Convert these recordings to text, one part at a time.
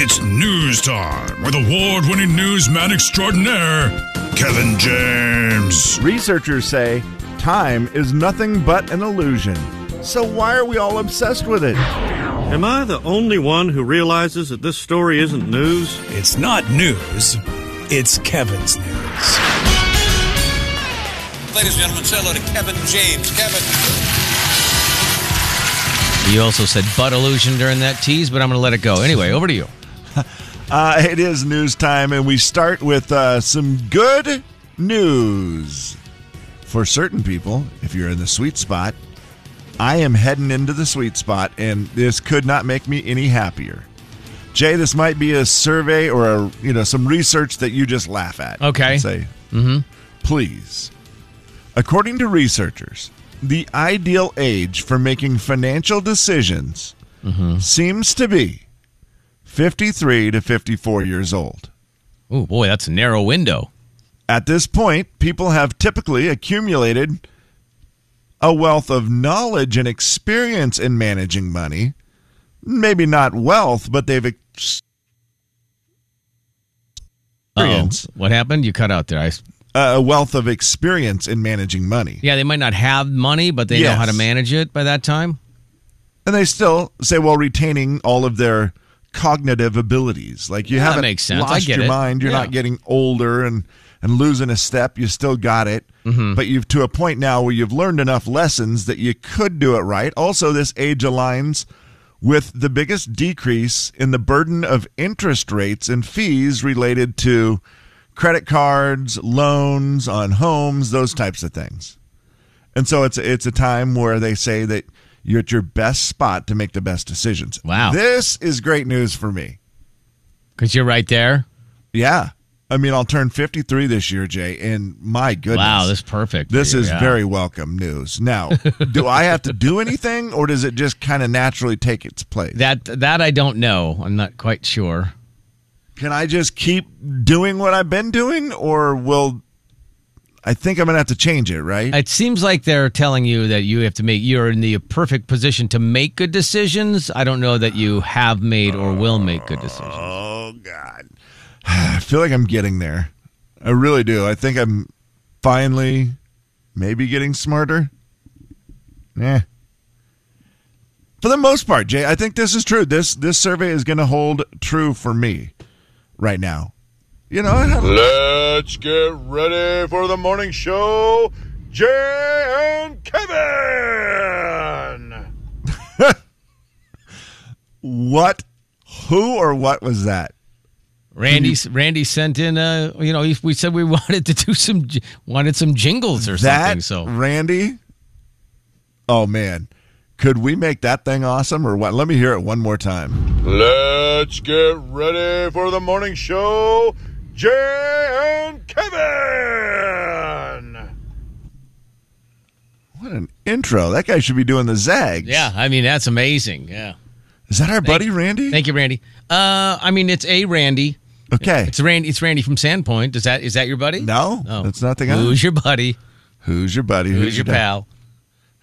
It's news time with award winning newsman extraordinaire, Kevin James. Researchers say time is nothing but an illusion. So why are we all obsessed with it? Am I the only one who realizes that this story isn't news? It's not news, it's Kevin's news. Ladies and gentlemen, say hello to Kevin James. Kevin. You also said butt illusion during that tease, but I'm going to let it go. Anyway, over to you. Uh, it is news time, and we start with uh, some good news. For certain people, if you're in the sweet spot, I am heading into the sweet spot, and this could not make me any happier. Jay, this might be a survey or a, you know some research that you just laugh at. Okay. and say, please. According to researchers, the ideal age for making financial decisions seems to be 53 to 54 years old. Oh, boy, that's a narrow window. At this point, people have typically accumulated a wealth of knowledge and experience in managing money. Maybe not wealth, but they've ex- Oh, Experience. uh, what happened? You cut out there. I, a wealth of experience in managing money. yeah, they might not have money, but they know how to Yes. manage it by that time. And they still say while retaining all of their cognitive abilities. Like you Yeah, that haven't makes sense. I lost get your it. mind. You're Yeah. not getting older and, and losing a step. You still got it. Mm-hmm. But you've to a point now where you've learned enough lessons that you could do it right. Also, this age aligns with the biggest decrease in the burden of interest rates and fees related to credit cards, loans on homes, those types of things. And so it's it's a time where they say that you're at your best spot to make the best decisions. Wow. This is great news for me. Because you're right there. Yeah. I mean, I'll turn 53 this year, Jay, and my goodness. Wow, this is perfect. for this you, is yeah. very welcome news. Now, do I have to do anything or does it just kind of naturally take its place? That, that I don't know. I'm not quite sure. Can I just keep doing what I've been doing or will I think I'm going to have to change it, right? It seems like they're telling you that you have to make you're in the perfect position to make good decisions. I don't know that you have made or will make good decisions. Oh God, I feel like I'm getting there. I really do. I think I'm finally, maybe getting smarter. Eh. For the most part, Jay, I think this is true. This this survey is going to hold true for me right now. You know, I had a- Let's get ready for the morning show. Jay and Kevin. what, who, or what was that? Randy Randy sent in uh you know if we said we wanted to do some j- wanted some jingles or something That so Randy. Oh man, could we make that thing awesome or what? Let me hear it one more time. Let's get ready for the morning show. Jay and Kevin. What an intro. That guy should be doing the zags. yeah I mean that's amazing yeah Is that our buddy Randy? thank you Randy uh I mean it's a Randy Okay. it's Randy it's Randy from Sandpoint is that is that your buddy no, no that's not the guy. who's your buddy Who's your buddy? who's your dad? pal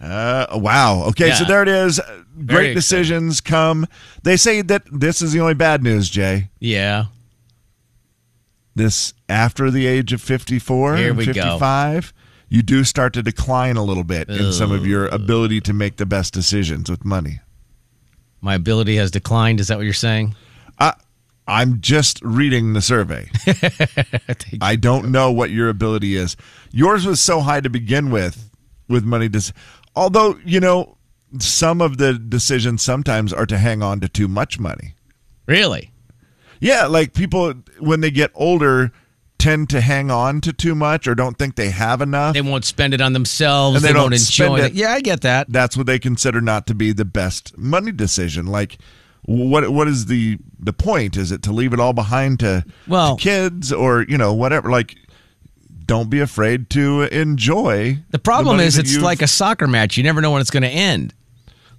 Uh, wow. Okay, so Yeah. there it is. Great exciting. decisions come. They say that this is the only bad news, Jay. yeah This after the age of 54 Here and we go. 55, you do start to decline a little bit in some of your ability to make the best decisions with money. my ability has declined is that what you're saying I'm just reading the survey. I don't know what your ability is. Yours was so high to begin with, with money. Dis- Although, you know, some of the decisions sometimes are to hang on to too much money. really Yeah, like people, when they get older, tend to hang on to too much or don't think they have enough. They won't spend it on themselves. And they, they won't don't enjoy spend it. it. Yeah, I get that. That's what they consider not to be the best money decision. Like, what what is the the point? Is it to leave it all behind to, Well- to kids or you know whatever? Like, don't be afraid to enjoy. The problem money is that it's you've- like a soccer match. You never know when it's going to end.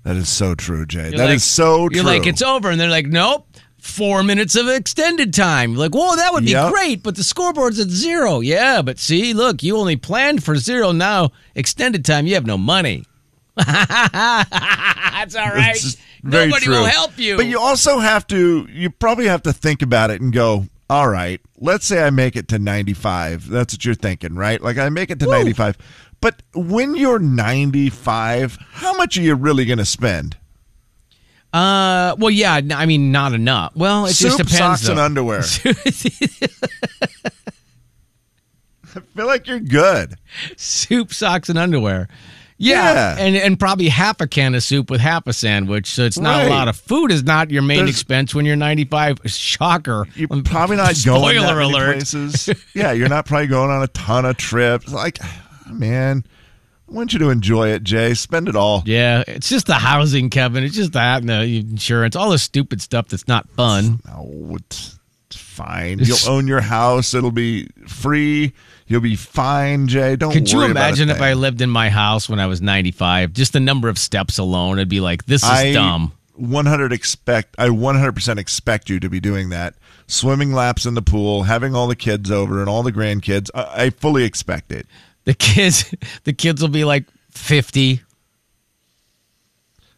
that is so true, Jay. That is You're like- so true. You're like, it's over. And they're like, nope, four minutes of extended time. You're like, whoa, that would be Yep. great, but the scoreboard's at zero. Yeah, but see, look, you only planned for zero. Now, extended time, you have no money. That's all right. It's just- Very Nobody true. will help you. But you also have to, you probably have to think about it and go, all right, let's say I make it to 95. That's what you're thinking, right? Like I make it to 95. But when you're 95, how much are you really going to spend? Uh, well, yeah. n- I mean, not enough. Well, it Soup, just depends. socks, though. and underwear. I feel like you're good. soup, socks, and underwear. Yeah. Yeah, and and probably half a can of soup with half a sandwich. So it's not Right. a lot of food. Is not your main There's- expense when you're 95. Shocker. You're probably not Spoiler going that many alert. places. Yeah, you're not probably going on a ton of trips. Like, man, I want you to enjoy it, Jay. Spend it all. Yeah, it's just the housing, Kevin. It's just that and the insurance, all the stupid stuff that's not fun. No, it's, it's fine. It's- You'll own your house. It'll be free. You'll be fine, Jay. Don't Could you worry about a imagine if I thing. lived in my house when I was 95? Just the number of steps alone, I'd be like, this is I dumb. 100 expect I 100% expect you to be doing that. Swimming laps in the pool, having all the kids over and all the grandkids. I, I fully expect it. The kids, the kids will be like 50.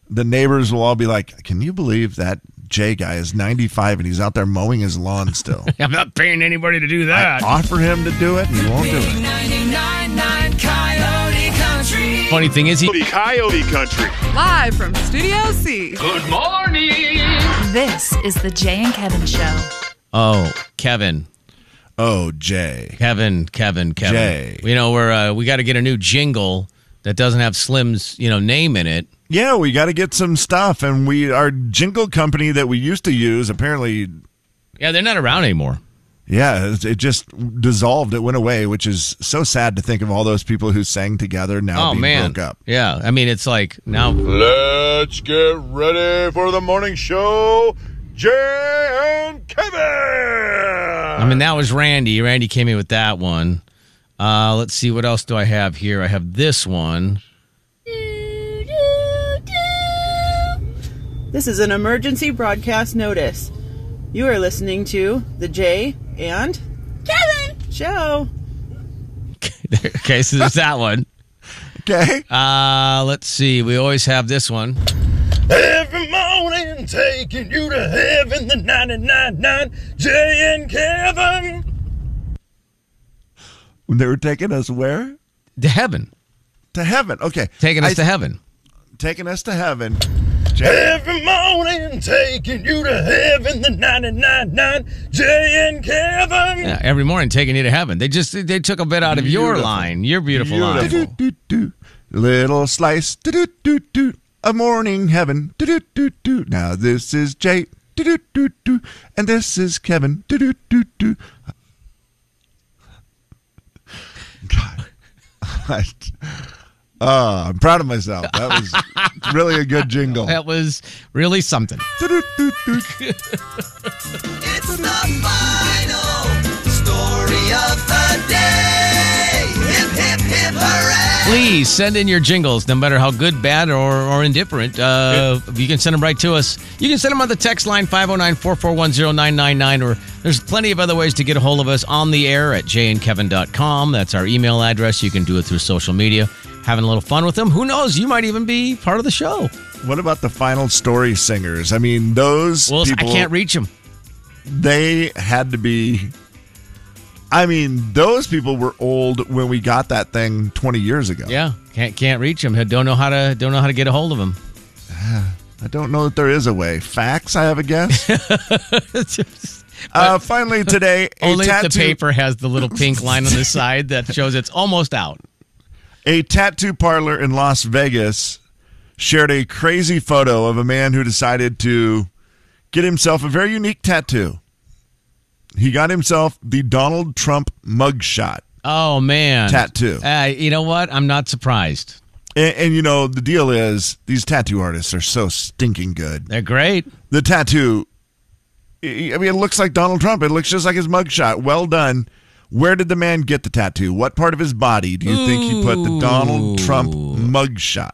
The neighbors will all be like, "Can you believe that Jay guy is 95 and he's out there mowing his lawn still?" I'm not paying anybody to do that. Offer him to do it, and he won't do it. Funny thing is, he Coyote Country. Live from Studio C. This is the Jay and Kevin Show. Oh, Kevin, Oh, Jay. Kevin, Kevin, Kevin. Jay. You know, we're uh, we got to get a new jingle that doesn't have Slim's you know name in it. Yeah, we got to get some stuff, and we our jingle company that we used to use apparently, Yeah, they're not around anymore. yeah, it- it just dissolved. It went away, which is so sad to think of all those people who sang together now oh being man, broke up. yeah. I mean, it's like now. Let's get ready for the morning show, Jay and Kevin. I mean, that was Randy. Randy came in with that one. Uh, let's see what else do I have here. I have this one. This is an emergency broadcast notice. You are listening to the Jay and Kevin show. okay, so there's that one. Okay, Uh, let's see. We always have this one. Every morning, taking you to heaven, the 999 Jay and Kevin. they were taking us where To heaven, to heaven. Okay, taking us I- to heaven. taking us to heaven. Every morning, taking you to heaven, the 999 Jay and Kevin. Yeah, every morning taking you to heaven. They just they took a bit out of your Beautiful. line, your beautiful, line. Do-do-do-do. Little slice, do-do-do-do. a morning heaven. do-do-do-do. Now this is Jay, do-do-do-do. and this is Kevin. do-do-do-do. God. I- Ah, I'm proud of myself. That was really a good jingle. That was really something. Do-do-do-do. It's the final story of the day. Hip, hip, hip, hooray. Please send in your jingles, no matter how good, bad, or, or indifferent. Uh, you can send them right to us. You can send them on the text line 509 441 999, or there's plenty of other ways to get a hold of us on the air at jandkevin.com. That's our email address. You can do it through social media. Having a little fun with them. Who knows? You might even be part of the show. What about the final story singers? I mean, those Well, people. I can't reach them. they had to be I mean, those people were old when we got that thing 20 years ago. Yeah, can't can't reach them. Don't know how to don't know how to get a hold of them. I don't know that there is a way. Facts, I have a guess. uh, finally, today, a Only if the tattoo, paper has the little pink line on the side that shows it's almost out. a tattoo parlor in Las Vegas shared a crazy photo of a man who decided to get himself a very unique tattoo. He got himself the Donald Trump mugshot. Oh man, Tattoo. Uh, you know what? I'm not surprised. And, and you know, the deal is these tattoo artists are so stinking good. They're great. the tattoo. I I mean, it looks like Donald Trump. It looks just like his mugshot. Well done. Where did the man get the tattoo? What part of his body do you think he put the Donald Trump mugshot?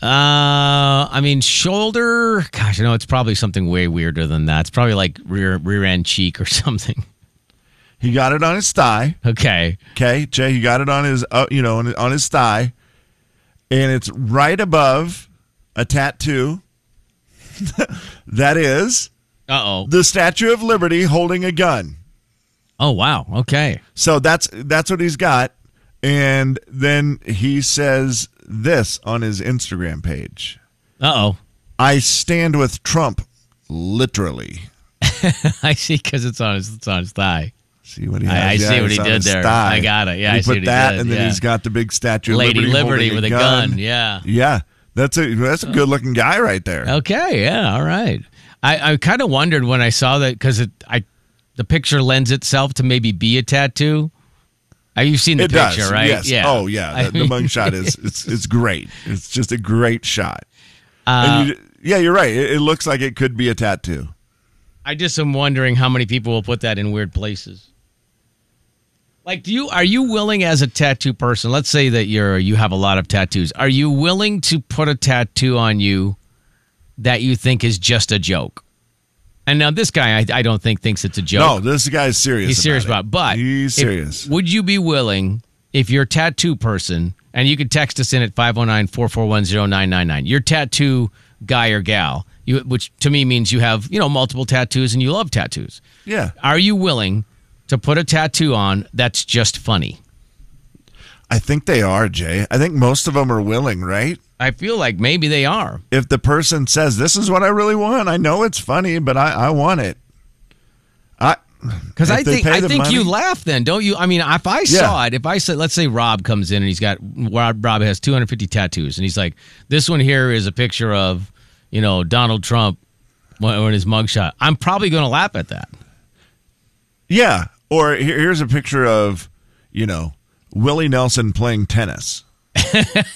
Uh, I mean, shoulder. Gosh, you know, it's probably something way weirder than that. It's probably like rear rear end cheek or something. He got it on his thigh. Okay, Okay, Jay, he got it on his, uh, you know, on, on his thigh, and it's right above a tattoo that is Uh oh. the Statue of Liberty holding a gun. Oh wow. Okay. So that's that's what he's got. And then he says this on his Instagram page. Uh oh. I stand with Trump literally. I see because it's on his it's on his thigh. See what he I- has? I see Yeah, what he it's on did his there. thigh. I got it. Yeah, he I see put what he that, did. and then Yeah. he's got the big statue, of Lady Liberty holding with a gun. Yeah. Oh. yeah. That's a that's a good looking guy right there. Okay. Yeah. All right. I, I kind of wondered when I saw that because it I the picture lends itself to maybe be a tattoo. Uh, You've seen the it picture, does, right? Yes. Oh, yeah. The, the mug shot is it's it's great. It's just a great shot. Uh, and you, yeah, you're right. It, it looks like it could be a tattoo. I just am wondering how many people will put that in weird places. Like, do you are you willing as a tattoo person? Let's say that you're you have a lot of tattoos. Are you willing to put a tattoo on you that you think is just a joke? And now this guy, I, I don't think thinks it's a joke. No, this guy's serious. He's serious about, about, it. it. but he's if- serious. would you be willing if your tattoo person and you could text us in at 509-441-0999. Your tattoo guy or gal, you which to me means you have, you know, multiple tattoos and you love tattoos. yeah, Are you willing to put a tattoo on that's just funny? I think they are, Jay. I think most of them are willing, right? I feel like maybe they are. If the person says, "This is what I really want," I know it's funny, but I, I want it. I Because if I they think pay I the think you money- laugh then, don't you? I mean, if I saw it, if I said, let's say Rob comes in and he's got Rob, Rob has 250 tattoos, and he's like, this one here is a picture of, you know, Donald Trump when when his mugshot. I'm probably going to laugh at that. Yeah. Or here- here's a picture of, you know, Willie Nelson playing tennis.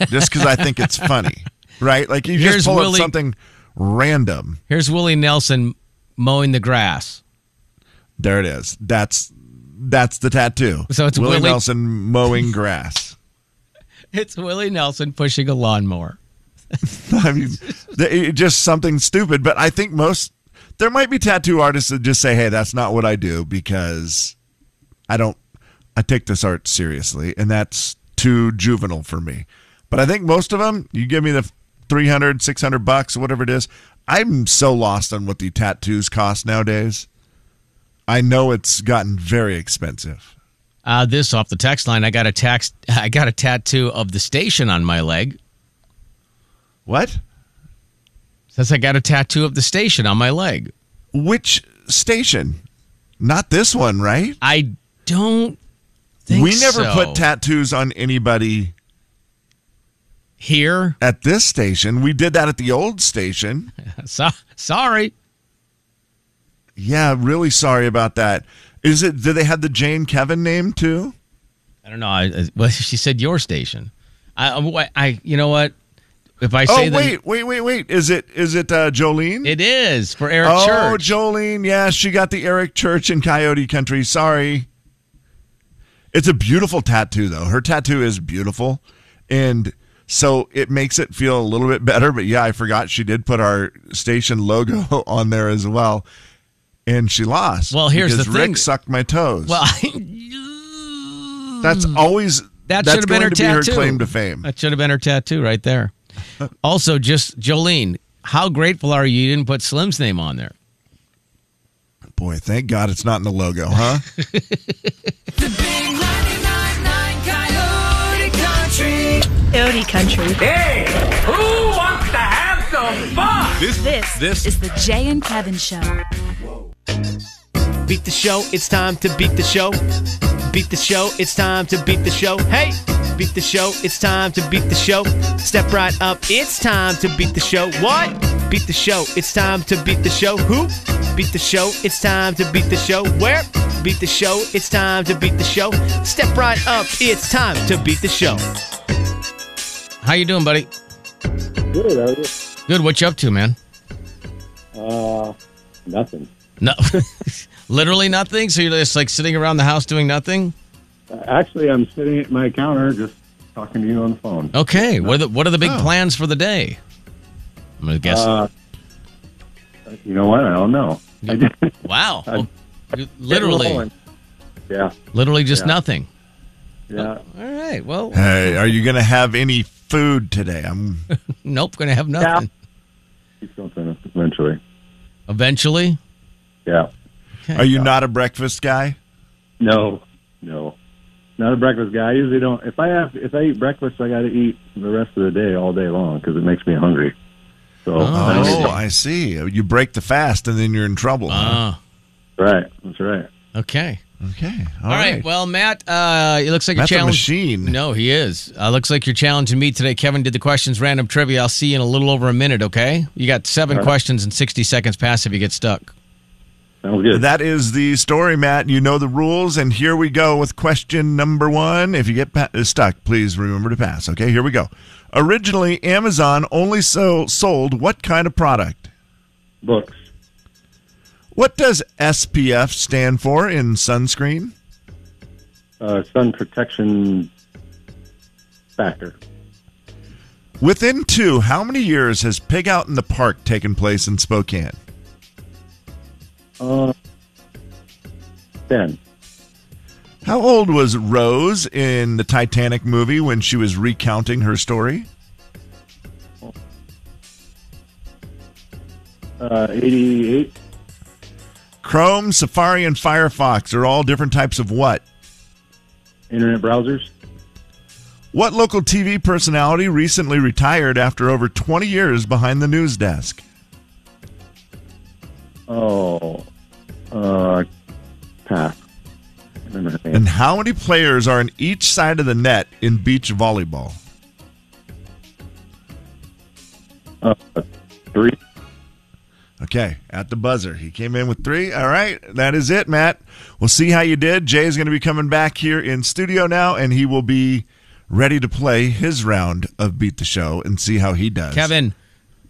just because I think it's funny, right? Like you Here's just pull Willie- up something random. Here's Willie Nelson mowing the grass. There it is. That's that's the tattoo. So it's Willie Willie- Nelson mowing grass. It's Willie Nelson pushing a lawnmower. I mean, th- it- just something stupid. But I think most there might be tattoo artists that just say, "Hey, that's not what I do because I don't. I take this art seriously, and that's too juvenile for me." But I think most of them, you give me the 300, 600 bucks, whatever it is. I'm so lost on what the tattoos cost nowadays. I know it's gotten very expensive. Uh, this off the text line. I got a tax. I got a tattoo of the station on my leg. What? Says I got a tattoo of the station on my leg. Which station? Not this one, right? I don't. Think we never so. put tattoos on anybody here. at this station. We did that at the old station. So, sorry. Yeah, really sorry about that. Is it? Do they have the Jane Kevin name too? I don't know. I, I- well, she said your station. I, I, I- you know what? If I say oh the- wait, wait, wait, wait. Is it? Is it uh, Jolene? it is for Eric oh, Church. Jolene. Yeah, she got the Eric Church in Coyote Country. Sorry. It's a beautiful tattoo though. Her tattoo is beautiful, and so it makes it feel a little bit better. But yeah, I forgot she did put our station logo on there as well. And she lost. Well, here's the because thing. Rick sucked my toes. well, hmm, That's always That that's should have been going her to be her tattoo. claim to fame. that should have been her tattoo right there. also, just Jolene, how grateful are you? You didn't put Slim's name on there. Boy, thank God it's not in the logo, huh? The big 999 Coyote Country. Coyote Country. Hey, who wants to have some fun? This, This- is the Jay and Kevin Show. Beat the show, it's time to beat the show. Beat the show, it's time to beat the show. Hey! Beat the show, it's time to beat the show. Step right up, it's time to beat the show. What? Beat the show, it's time to beat the show. Who? Beat the show, it's time to beat the show. Where? Beat the show, it's time to beat the show. Step right up, it's time to beat the show. How you doing, buddy? Good. What you up to, man? Nothing. No, literally nothing. So you're just like sitting around the house doing nothing. Actually, I'm sitting at my counter just talking to you on the phone. Okay. What are the, what are the big Oh. plans for the day? I'm gonna guess. Uh, you know what? I don't know. I just, Wow. I'm You- literally, rolling. yeah, literally just nothing. yeah. All right. Well, hey, are you going to have any food today? I'm nope. Gonna have nothing. Keep going, Fernando. eventually. Eventually? Yeah. Are you not a breakfast guy? No, no, not a breakfast guy. I usually don't. If I have, if I eat breakfast, I got to eat the rest of the day all day long because it makes me hungry. So I don't Oh, eat- I see. You break the fast and then you're in trouble. Ah. right, that's right. Okay. Okay. All right. Well, Matt, uh, it looks like Matt's a your challenge. machine. No, he is. Uh, looks like you're challenging me today. Kevin did the questions, random trivia. I'll see you in a little over a minute. Okay. You got seven All right. questions and 60 seconds pass if you get stuck. That is the story, Matt. You know the rules, and here we go with question number one. If you get pa- uh, stuck, please remember to pass. Okay, here we go. Originally, Amazon only so- sold what kind of product? Books. What does SPF stand for in sunscreen? Uh, sun protection factor. Within two, how many years has Pig Out in the Park taken place in Spokane? Uh, ten. How old was Rose in the Titanic movie when she was recounting her story? Uh, Eighty-eight. Chrome, Safari, and Firefox are all different types of what? Internet browsers. What local TV personality recently retired after over 20 years behind the news desk? Oh, uh, pass. Remember her name. And how many players are on each side of the net in beach volleyball? Uh, three. Okay, at the buzzer. He came in with three. All right, that is it, Matt. We'll see how you did. Jay's going to be coming back here in studio now, and he will be ready to play his round of Beat the Show and see how he does. Kevin,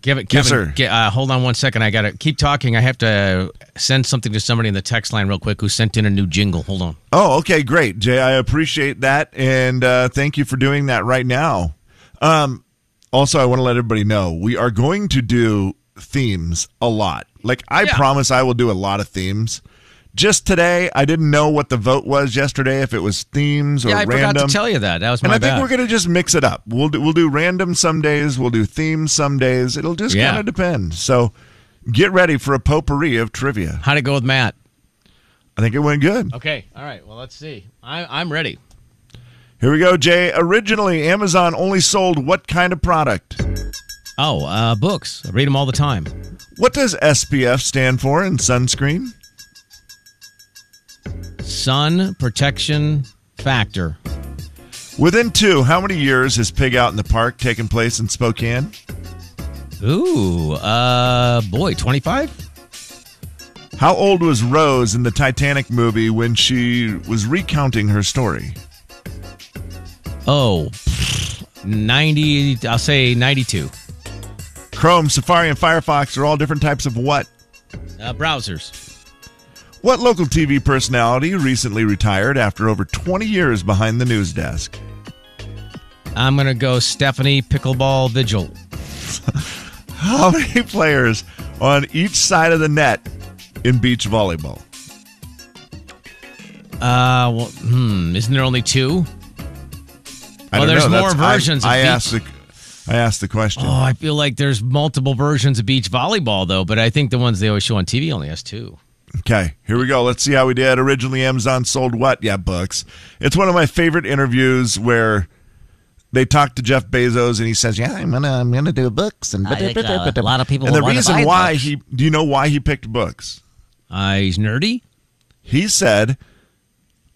give it, Kevin. Yes, sir. ge- uh, hold on one second. I got to keep talking. I have to send something to somebody in the text line real quick who sent in a new jingle. Hold on. Oh, okay, great, Jay. I appreciate that, and uh, thank you for doing that right now. Um, also, I want to let everybody know we are going to do themes a lot. Like I promise, I will do a lot of themes. Just today, I didn't know what the vote was yesterday. If it was themes or yeah, I random, forgot to tell you that. That was my and I bad. think we're going to just mix it up. We'll do, we'll do random some days. We'll do themes some days. It'll just Yeah. kind of depend. So get ready for a potpourri of trivia. How'd it go with Matt? I think it went good. Okay. All right. Well, let's see. I, I'm ready. Here we go, Jay. Originally, Amazon only sold what kind of product? Oh, uh, books. I read them all the time. What does SPF stand for in sunscreen? Sun protection factor. Within two, how many years has Pig Out in the Park taken place in Spokane? Ooh, uh, boy, 25? How old was Rose in the Titanic movie when she was recounting her story? Oh, pfft, 90, I'll say 92. Chrome, Safari, and Firefox are all different types of what? Uh, browsers. What local TV personality recently retired after over 20 years behind the news desk? I'm going to go Stephanie Pickleball Vigil. How many players on each side of the net in beach volleyball? Uh, well, hmm, isn't there only two? I don't well, there's know. more That's- I- versions I, of beach. asked the I asked the question. Oh, I feel like there's multiple versions of beach volleyball, though, but I think the ones they always show on TV only has two. Okay, here we go. Let's see how we did. Originally, Amazon sold what? Yeah, books. It's one of my favorite interviews where they talk to Jeff Bezos and he says, "Yeah, I'm gonna, I'm gonna do books." And I think, uh, a lot of people And the will wanna reason buy why books. he, do you know why he picked books? Uh, he's nerdy. He said,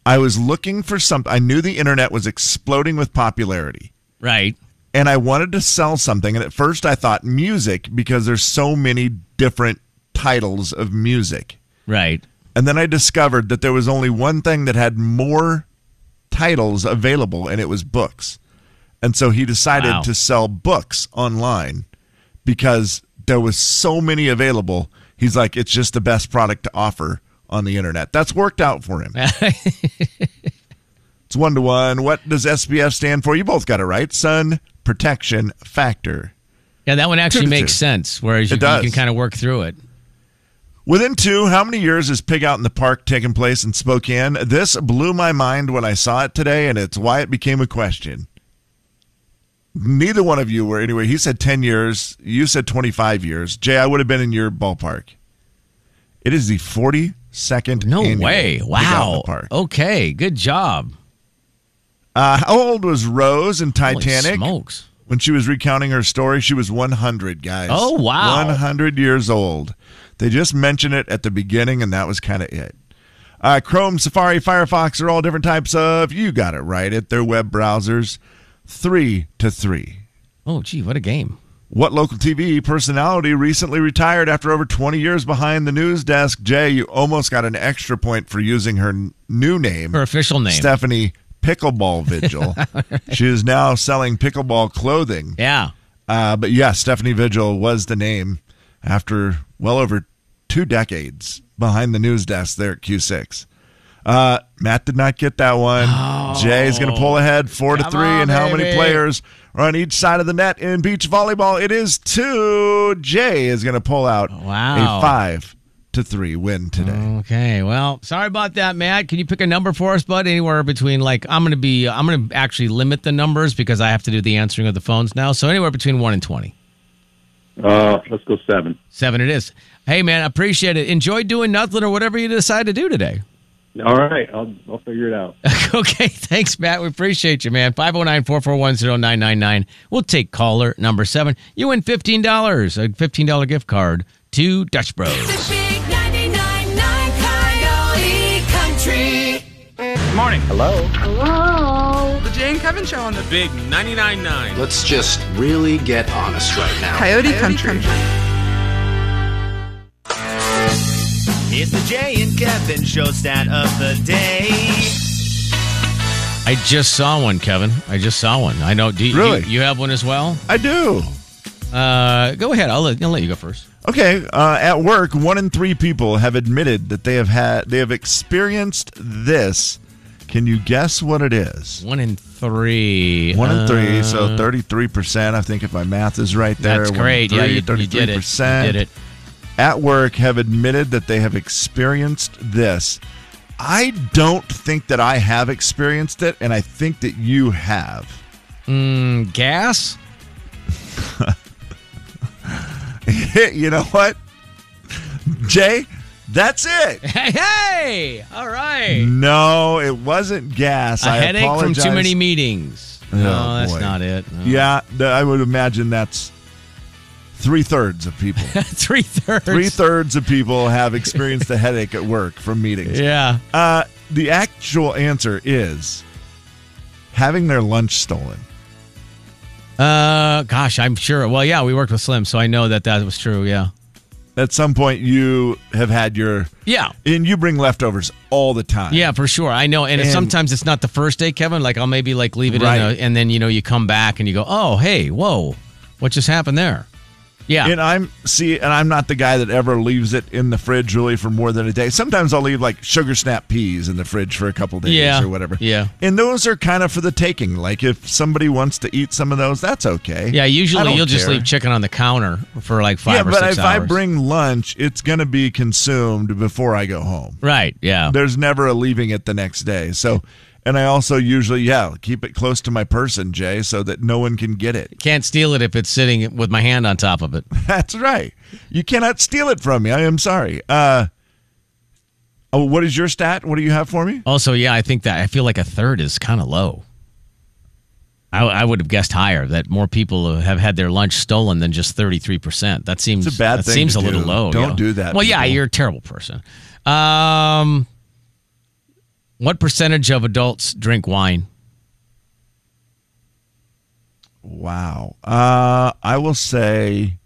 "I was looking for something. I knew the internet was exploding with popularity." Right. and I wanted to sell something. And at first I thought music because there's so many different titles of music. Right. And then I discovered that there was only one thing that had more titles available, and it was books. And so he decided Wow. to sell books online because there was so many available. He's like, it's just the best product to offer on the internet. That's worked out for him. It's one to one. What does SPF stand for? You both got it right. Sun protection factor. Yeah, that one Two actually to makes two. sense, whereas you, It you does. can kind of work through it. Within two, how many years has Pig Out in the Park taken place in Spokane? This blew my mind when I saw it today, and it's why it became a question. Neither one of you were anyway. He said 10 years. You said 25 years. Jay, I would have been in your ballpark. It is the 42nd. No annual way. Big Out in the Wow. Park. Okay. Good job. Uh, how old was Rose in Titanic? smokes. When she was recounting her story, she was 100, guys. Oh, wow. 100 years old. They just mentioned it at the beginning, and that was kind of it. Uh, Chrome, Safari, Firefox are all different types of, you got it right, at their web browsers. Three to three. Oh, gee, what a game. What local TV personality recently retired after over 20 years behind the news desk? Jay, you almost got an extra point for using her n- new name. Her official name. Stephanie Pickleball Vigil. she is now selling pickleball clothing. Yeah. Uh, but yeah, Stephanie Vigil was the name after well over two decades behind the news desk there at Q6. Uh, Matt did not get that one. Jay's going to pull ahead four to Oh. Come three. on, and how many baby. players are on each side of the net in beach volleyball? It is two. Jay is going to pull out Wow. Oh. a five to three win today. Okay. Well, sorry about that, Matt. Can you pick a number for us, bud? Anywhere between like I'm gonna be uh, I'm gonna actually limit the numbers because I have to do the answering of the phones now. So anywhere between one and twenty. Uh, let's go seven. Seven it is. Hey man, appreciate it. Enjoy doing nothing or whatever you decide to do today. All right, I'll I'll figure it out. okay, thanks, Matt. We appreciate you, man. 509 441 999 We'll take caller number seven. You win $15, a $15 gift card to Dutch Bros. Big 99.9 Coyote Country. Good morning. Hello. Hello. The Jay and Kevin Show on the Big 99.9. Let's just really get honest right now. Coyote, Country. It's the Jay and Kevin show stat of the day. I just saw one, Kevin. I just saw one. I know. Do you, Really? You, you have one as well? I do. Uh, go ahead. I'll let, I'll let you go first. Okay, uh, at work, one in three people have admitted that they have had they have experienced this. Can you guess what it is? One in three. One in three, Uh, so thirty-three percent. I think if my math is right there, That's one in great. Yeah, three, you- you did it. You 33% did it. At work, have admitted that they have experienced this. I don't think that I have experienced it, and I think that you have. Mm, gas? you know what, Jay? That's it. Hey, hey! All right. No, it wasn't gas. A Mm, I headache apologize. from too many meetings. Oh, no, that's boy. not it. No. Yeah, th- I would imagine that's three thirds of people. Three thirds. three thirds of people have experienced a headache at work from meetings. Yeah. Uh, the actual answer is having their lunch stolen. Uh, gosh, I'm sure. Well, yeah, we worked with Slim, so I know that that was true. Yeah. At some point, you have had your Yeah. and you bring leftovers all the time. Yeah, for sure. I know. And, And- sometimes it's not the first day, Kevin. Like I'll maybe like leave it in Right. a, and then you know you come back and you go, "Oh, hey, whoa. What just happened there?" Yeah. And I'm see, and I'm not the guy that ever leaves it in the fridge really for more than a day. Sometimes I'll leave like sugar snap peas in the fridge for a couple days Yeah. or whatever. Yeah. And those are kind of for the taking. Like if somebody wants to eat some of those, that's okay. Yeah, I usually don't you'll just care. leave chicken on the counter for like 5 yeah, or but if 6 hours. I bring lunch, it's going to be consumed before I go home. right. Yeah. There's never a leaving it the next day. So, and I also usually yeah keep it close to my person, Jay, so that no one can get it. Can't steal it if it's sitting with my hand on top of it. That's right. You cannot steal it from me. I am sorry. Uh, oh, what is your stat? What do you have for me? Also, yeah, I think that I feel like a third is kind of low. I, I would have guessed higher that more people have had their lunch stolen than just 33%. That seems It's a bad that thing seems to a little do. low. Don't you know. do that, Well, yeah, people. you're a terrible person. Um, what percentage of adults drink wine? Wow. Uh, I will say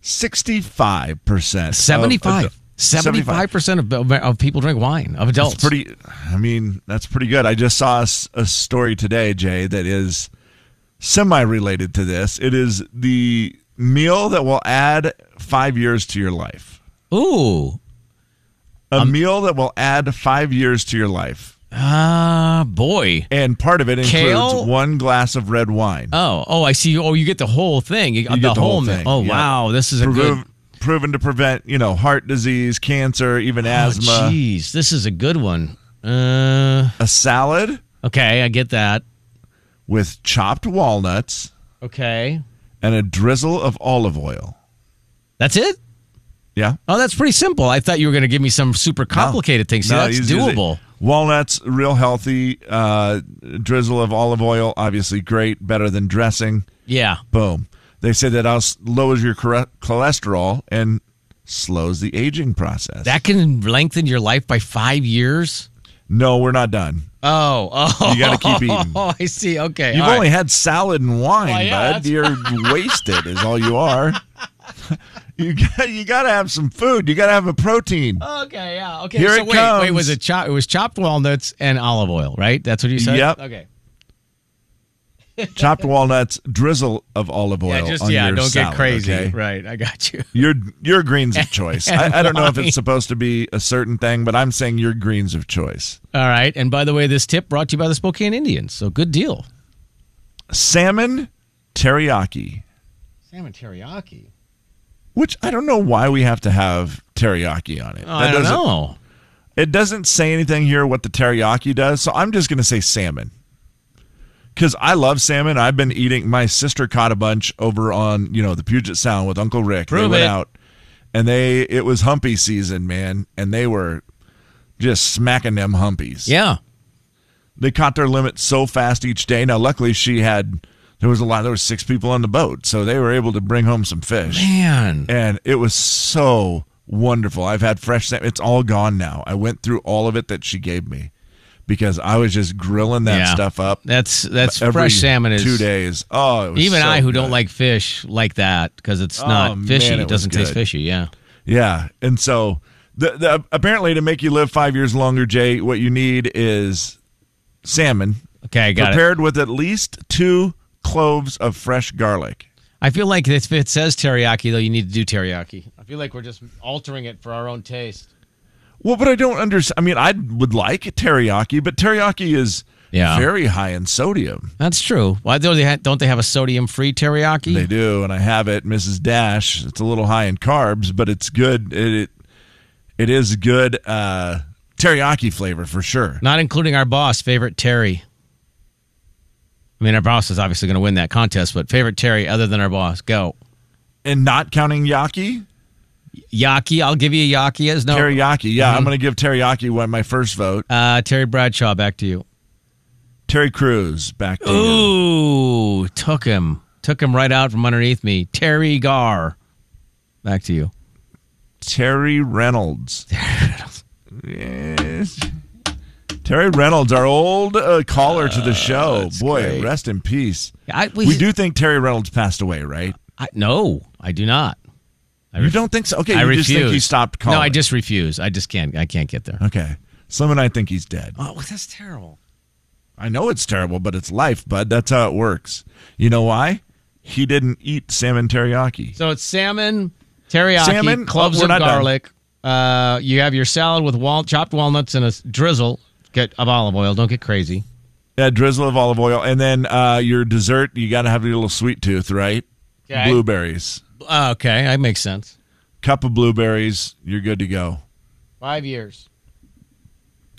sixty-five percent. 75. 75% of, of people drink wine, of adults. That's pretty. I mean, that's pretty good. I just saw a, s- a story today, Jay, that is semi-related to this. It is the meal that will add five years to your life. Ooh. A meal that will add five years to your life. Ah, boy. And part of it includes Kale? one glass of red wine. Oh, oh, I see. Oh, you get the whole thing. You, You the, get whole, mi- thing, Oh, yeah. wow. This is a Proven- good. proven to prevent, you know, heart disease, cancer, even asthma. Oh, Jeez, this is a good one. Uh, a salad. Okay, I get that. with chopped walnuts. Okay. And a drizzle of olive oil. That's it? Yeah. Oh, that's pretty simple. I thought you were going to give me some super complicated thing. See, No, that's he's- he's- doable. Walnuts, real healthy. Uh, drizzle of olive oil, obviously great, better than dressing. Yeah. Boom. They say that else lowers your chore- cholesterol and slows the aging process. That can lengthen your life by five years. No, we're not done. Oh, oh. You gotta keep eating. Oh, I see. Okay. You've all right. only had salad and wine, Well, yeah, bud. that's- You're wasted, is all you are. you got you got to have some food. You got to have a protein. Okay, yeah. Okay. Here so it wait, wait, comes. was it chop it was chopped walnuts and olive oil, right? That's what you said? Yep. Okay. Chopped walnuts, drizzle of olive oil. Yeah, just on yeah, your don't salad, get crazy. okay? Right. I got you. Your your greens of choice. And I, I don't know if wine. it's supposed to be a certain thing, but I'm saying your greens of choice. All right. And by the way, this tip brought to you by the Spokane Indians. So good deal. Salmon teriyaki, Salmon teriyaki. which I don't know why we have to have teriyaki on it. Oh, I don't doesn't- know. It doesn't say anything here what the teriyaki does, so I'm just going to say salmon. Because I love salmon. I've been eating. My sister caught a bunch over on you know the Puget Sound with Uncle Rick. they Prove went it. out, and they it was humpy season, man, and they were just smacking them humpies. Yeah. They caught their limit so fast each day. Now, luckily, she had there was a lot. There were six people on the boat, so they were able to bring home some fish Man. and it was so wonderful. I've had fresh salmon. It's all gone now. I went through all of it that she gave me because I was just grilling that Yeah. stuff up. That's that's every fresh salmon is two days. Oh, it was Even so I who good. don't like fish like that because it's Oh, not fishy. man, it it doesn't was taste good. fishy, yeah. Yeah, and so the, the apparently to make you live five years longer, Jay, what you need is salmon. Okay, I got it. prepared with at least two cloves of fresh garlic. I feel like if it says teriyaki though, you need to do teriyaki. I feel like we're just altering it for our own taste. Well, but I don't understand. I mean, I would like teriyaki, but teriyaki is Yeah. very high in sodium. That's true. Why don't they ha- don't they have a sodium free teriyaki? They do, and I have it, Mrs. Dash. It's a little high in carbs, but it's good. It it, it is good uh, teriyaki flavor for sure. Not including our boss, favorite Terry. I mean, our boss is obviously going to win that contest, but favorite Terry other than our boss, go And not counting yaki, Yaki. I'll give you a Yaki as no teriyaki. Yeah, I'm Mhm. going to give teriyaki one my first vote. uh, Terry Bradshaw. Back to you. Terry Crews back to you. Ooh, took him, took him right out from underneath me. Terry Gar. Back to you. Terry Reynolds. Yes. Terry Reynolds, our old uh, caller to the show. Boy, great. rest in peace. I, We, do think Terry Reynolds passed away, right? I, no, I do not. I you ref- don't think so? Okay, I you refuse. just think he stopped calling. No, I just refuse. I just can't. I can't get there. Okay. Slim and I think he's dead. Oh, that's terrible. I know it's terrible, but it's life, bud. That's how it works. You know why? He didn't eat salmon teriyaki. So it's salmon, teriyaki, Salmon, cloves oh, we're not of done. garlic. Uh, you have your salad with wal- chopped walnuts and a s- drizzle get, of olive oil. Don't get crazy. A drizzle of olive oil. And then uh, your dessert, you got to have your little sweet tooth, right? Okay. Blueberries. Uh, okay, that makes sense. Cup of blueberries, you're good to go. Five years.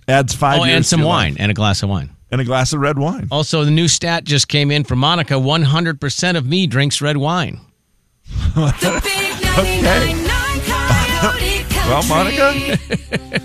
Adds five oh, years and to some your wine life. and a glass of wine. And a glass of red wine. Also, the new stat just came in from Monica: 100% of me drinks red wine. The big 999 Coyote Country. Well, Monica,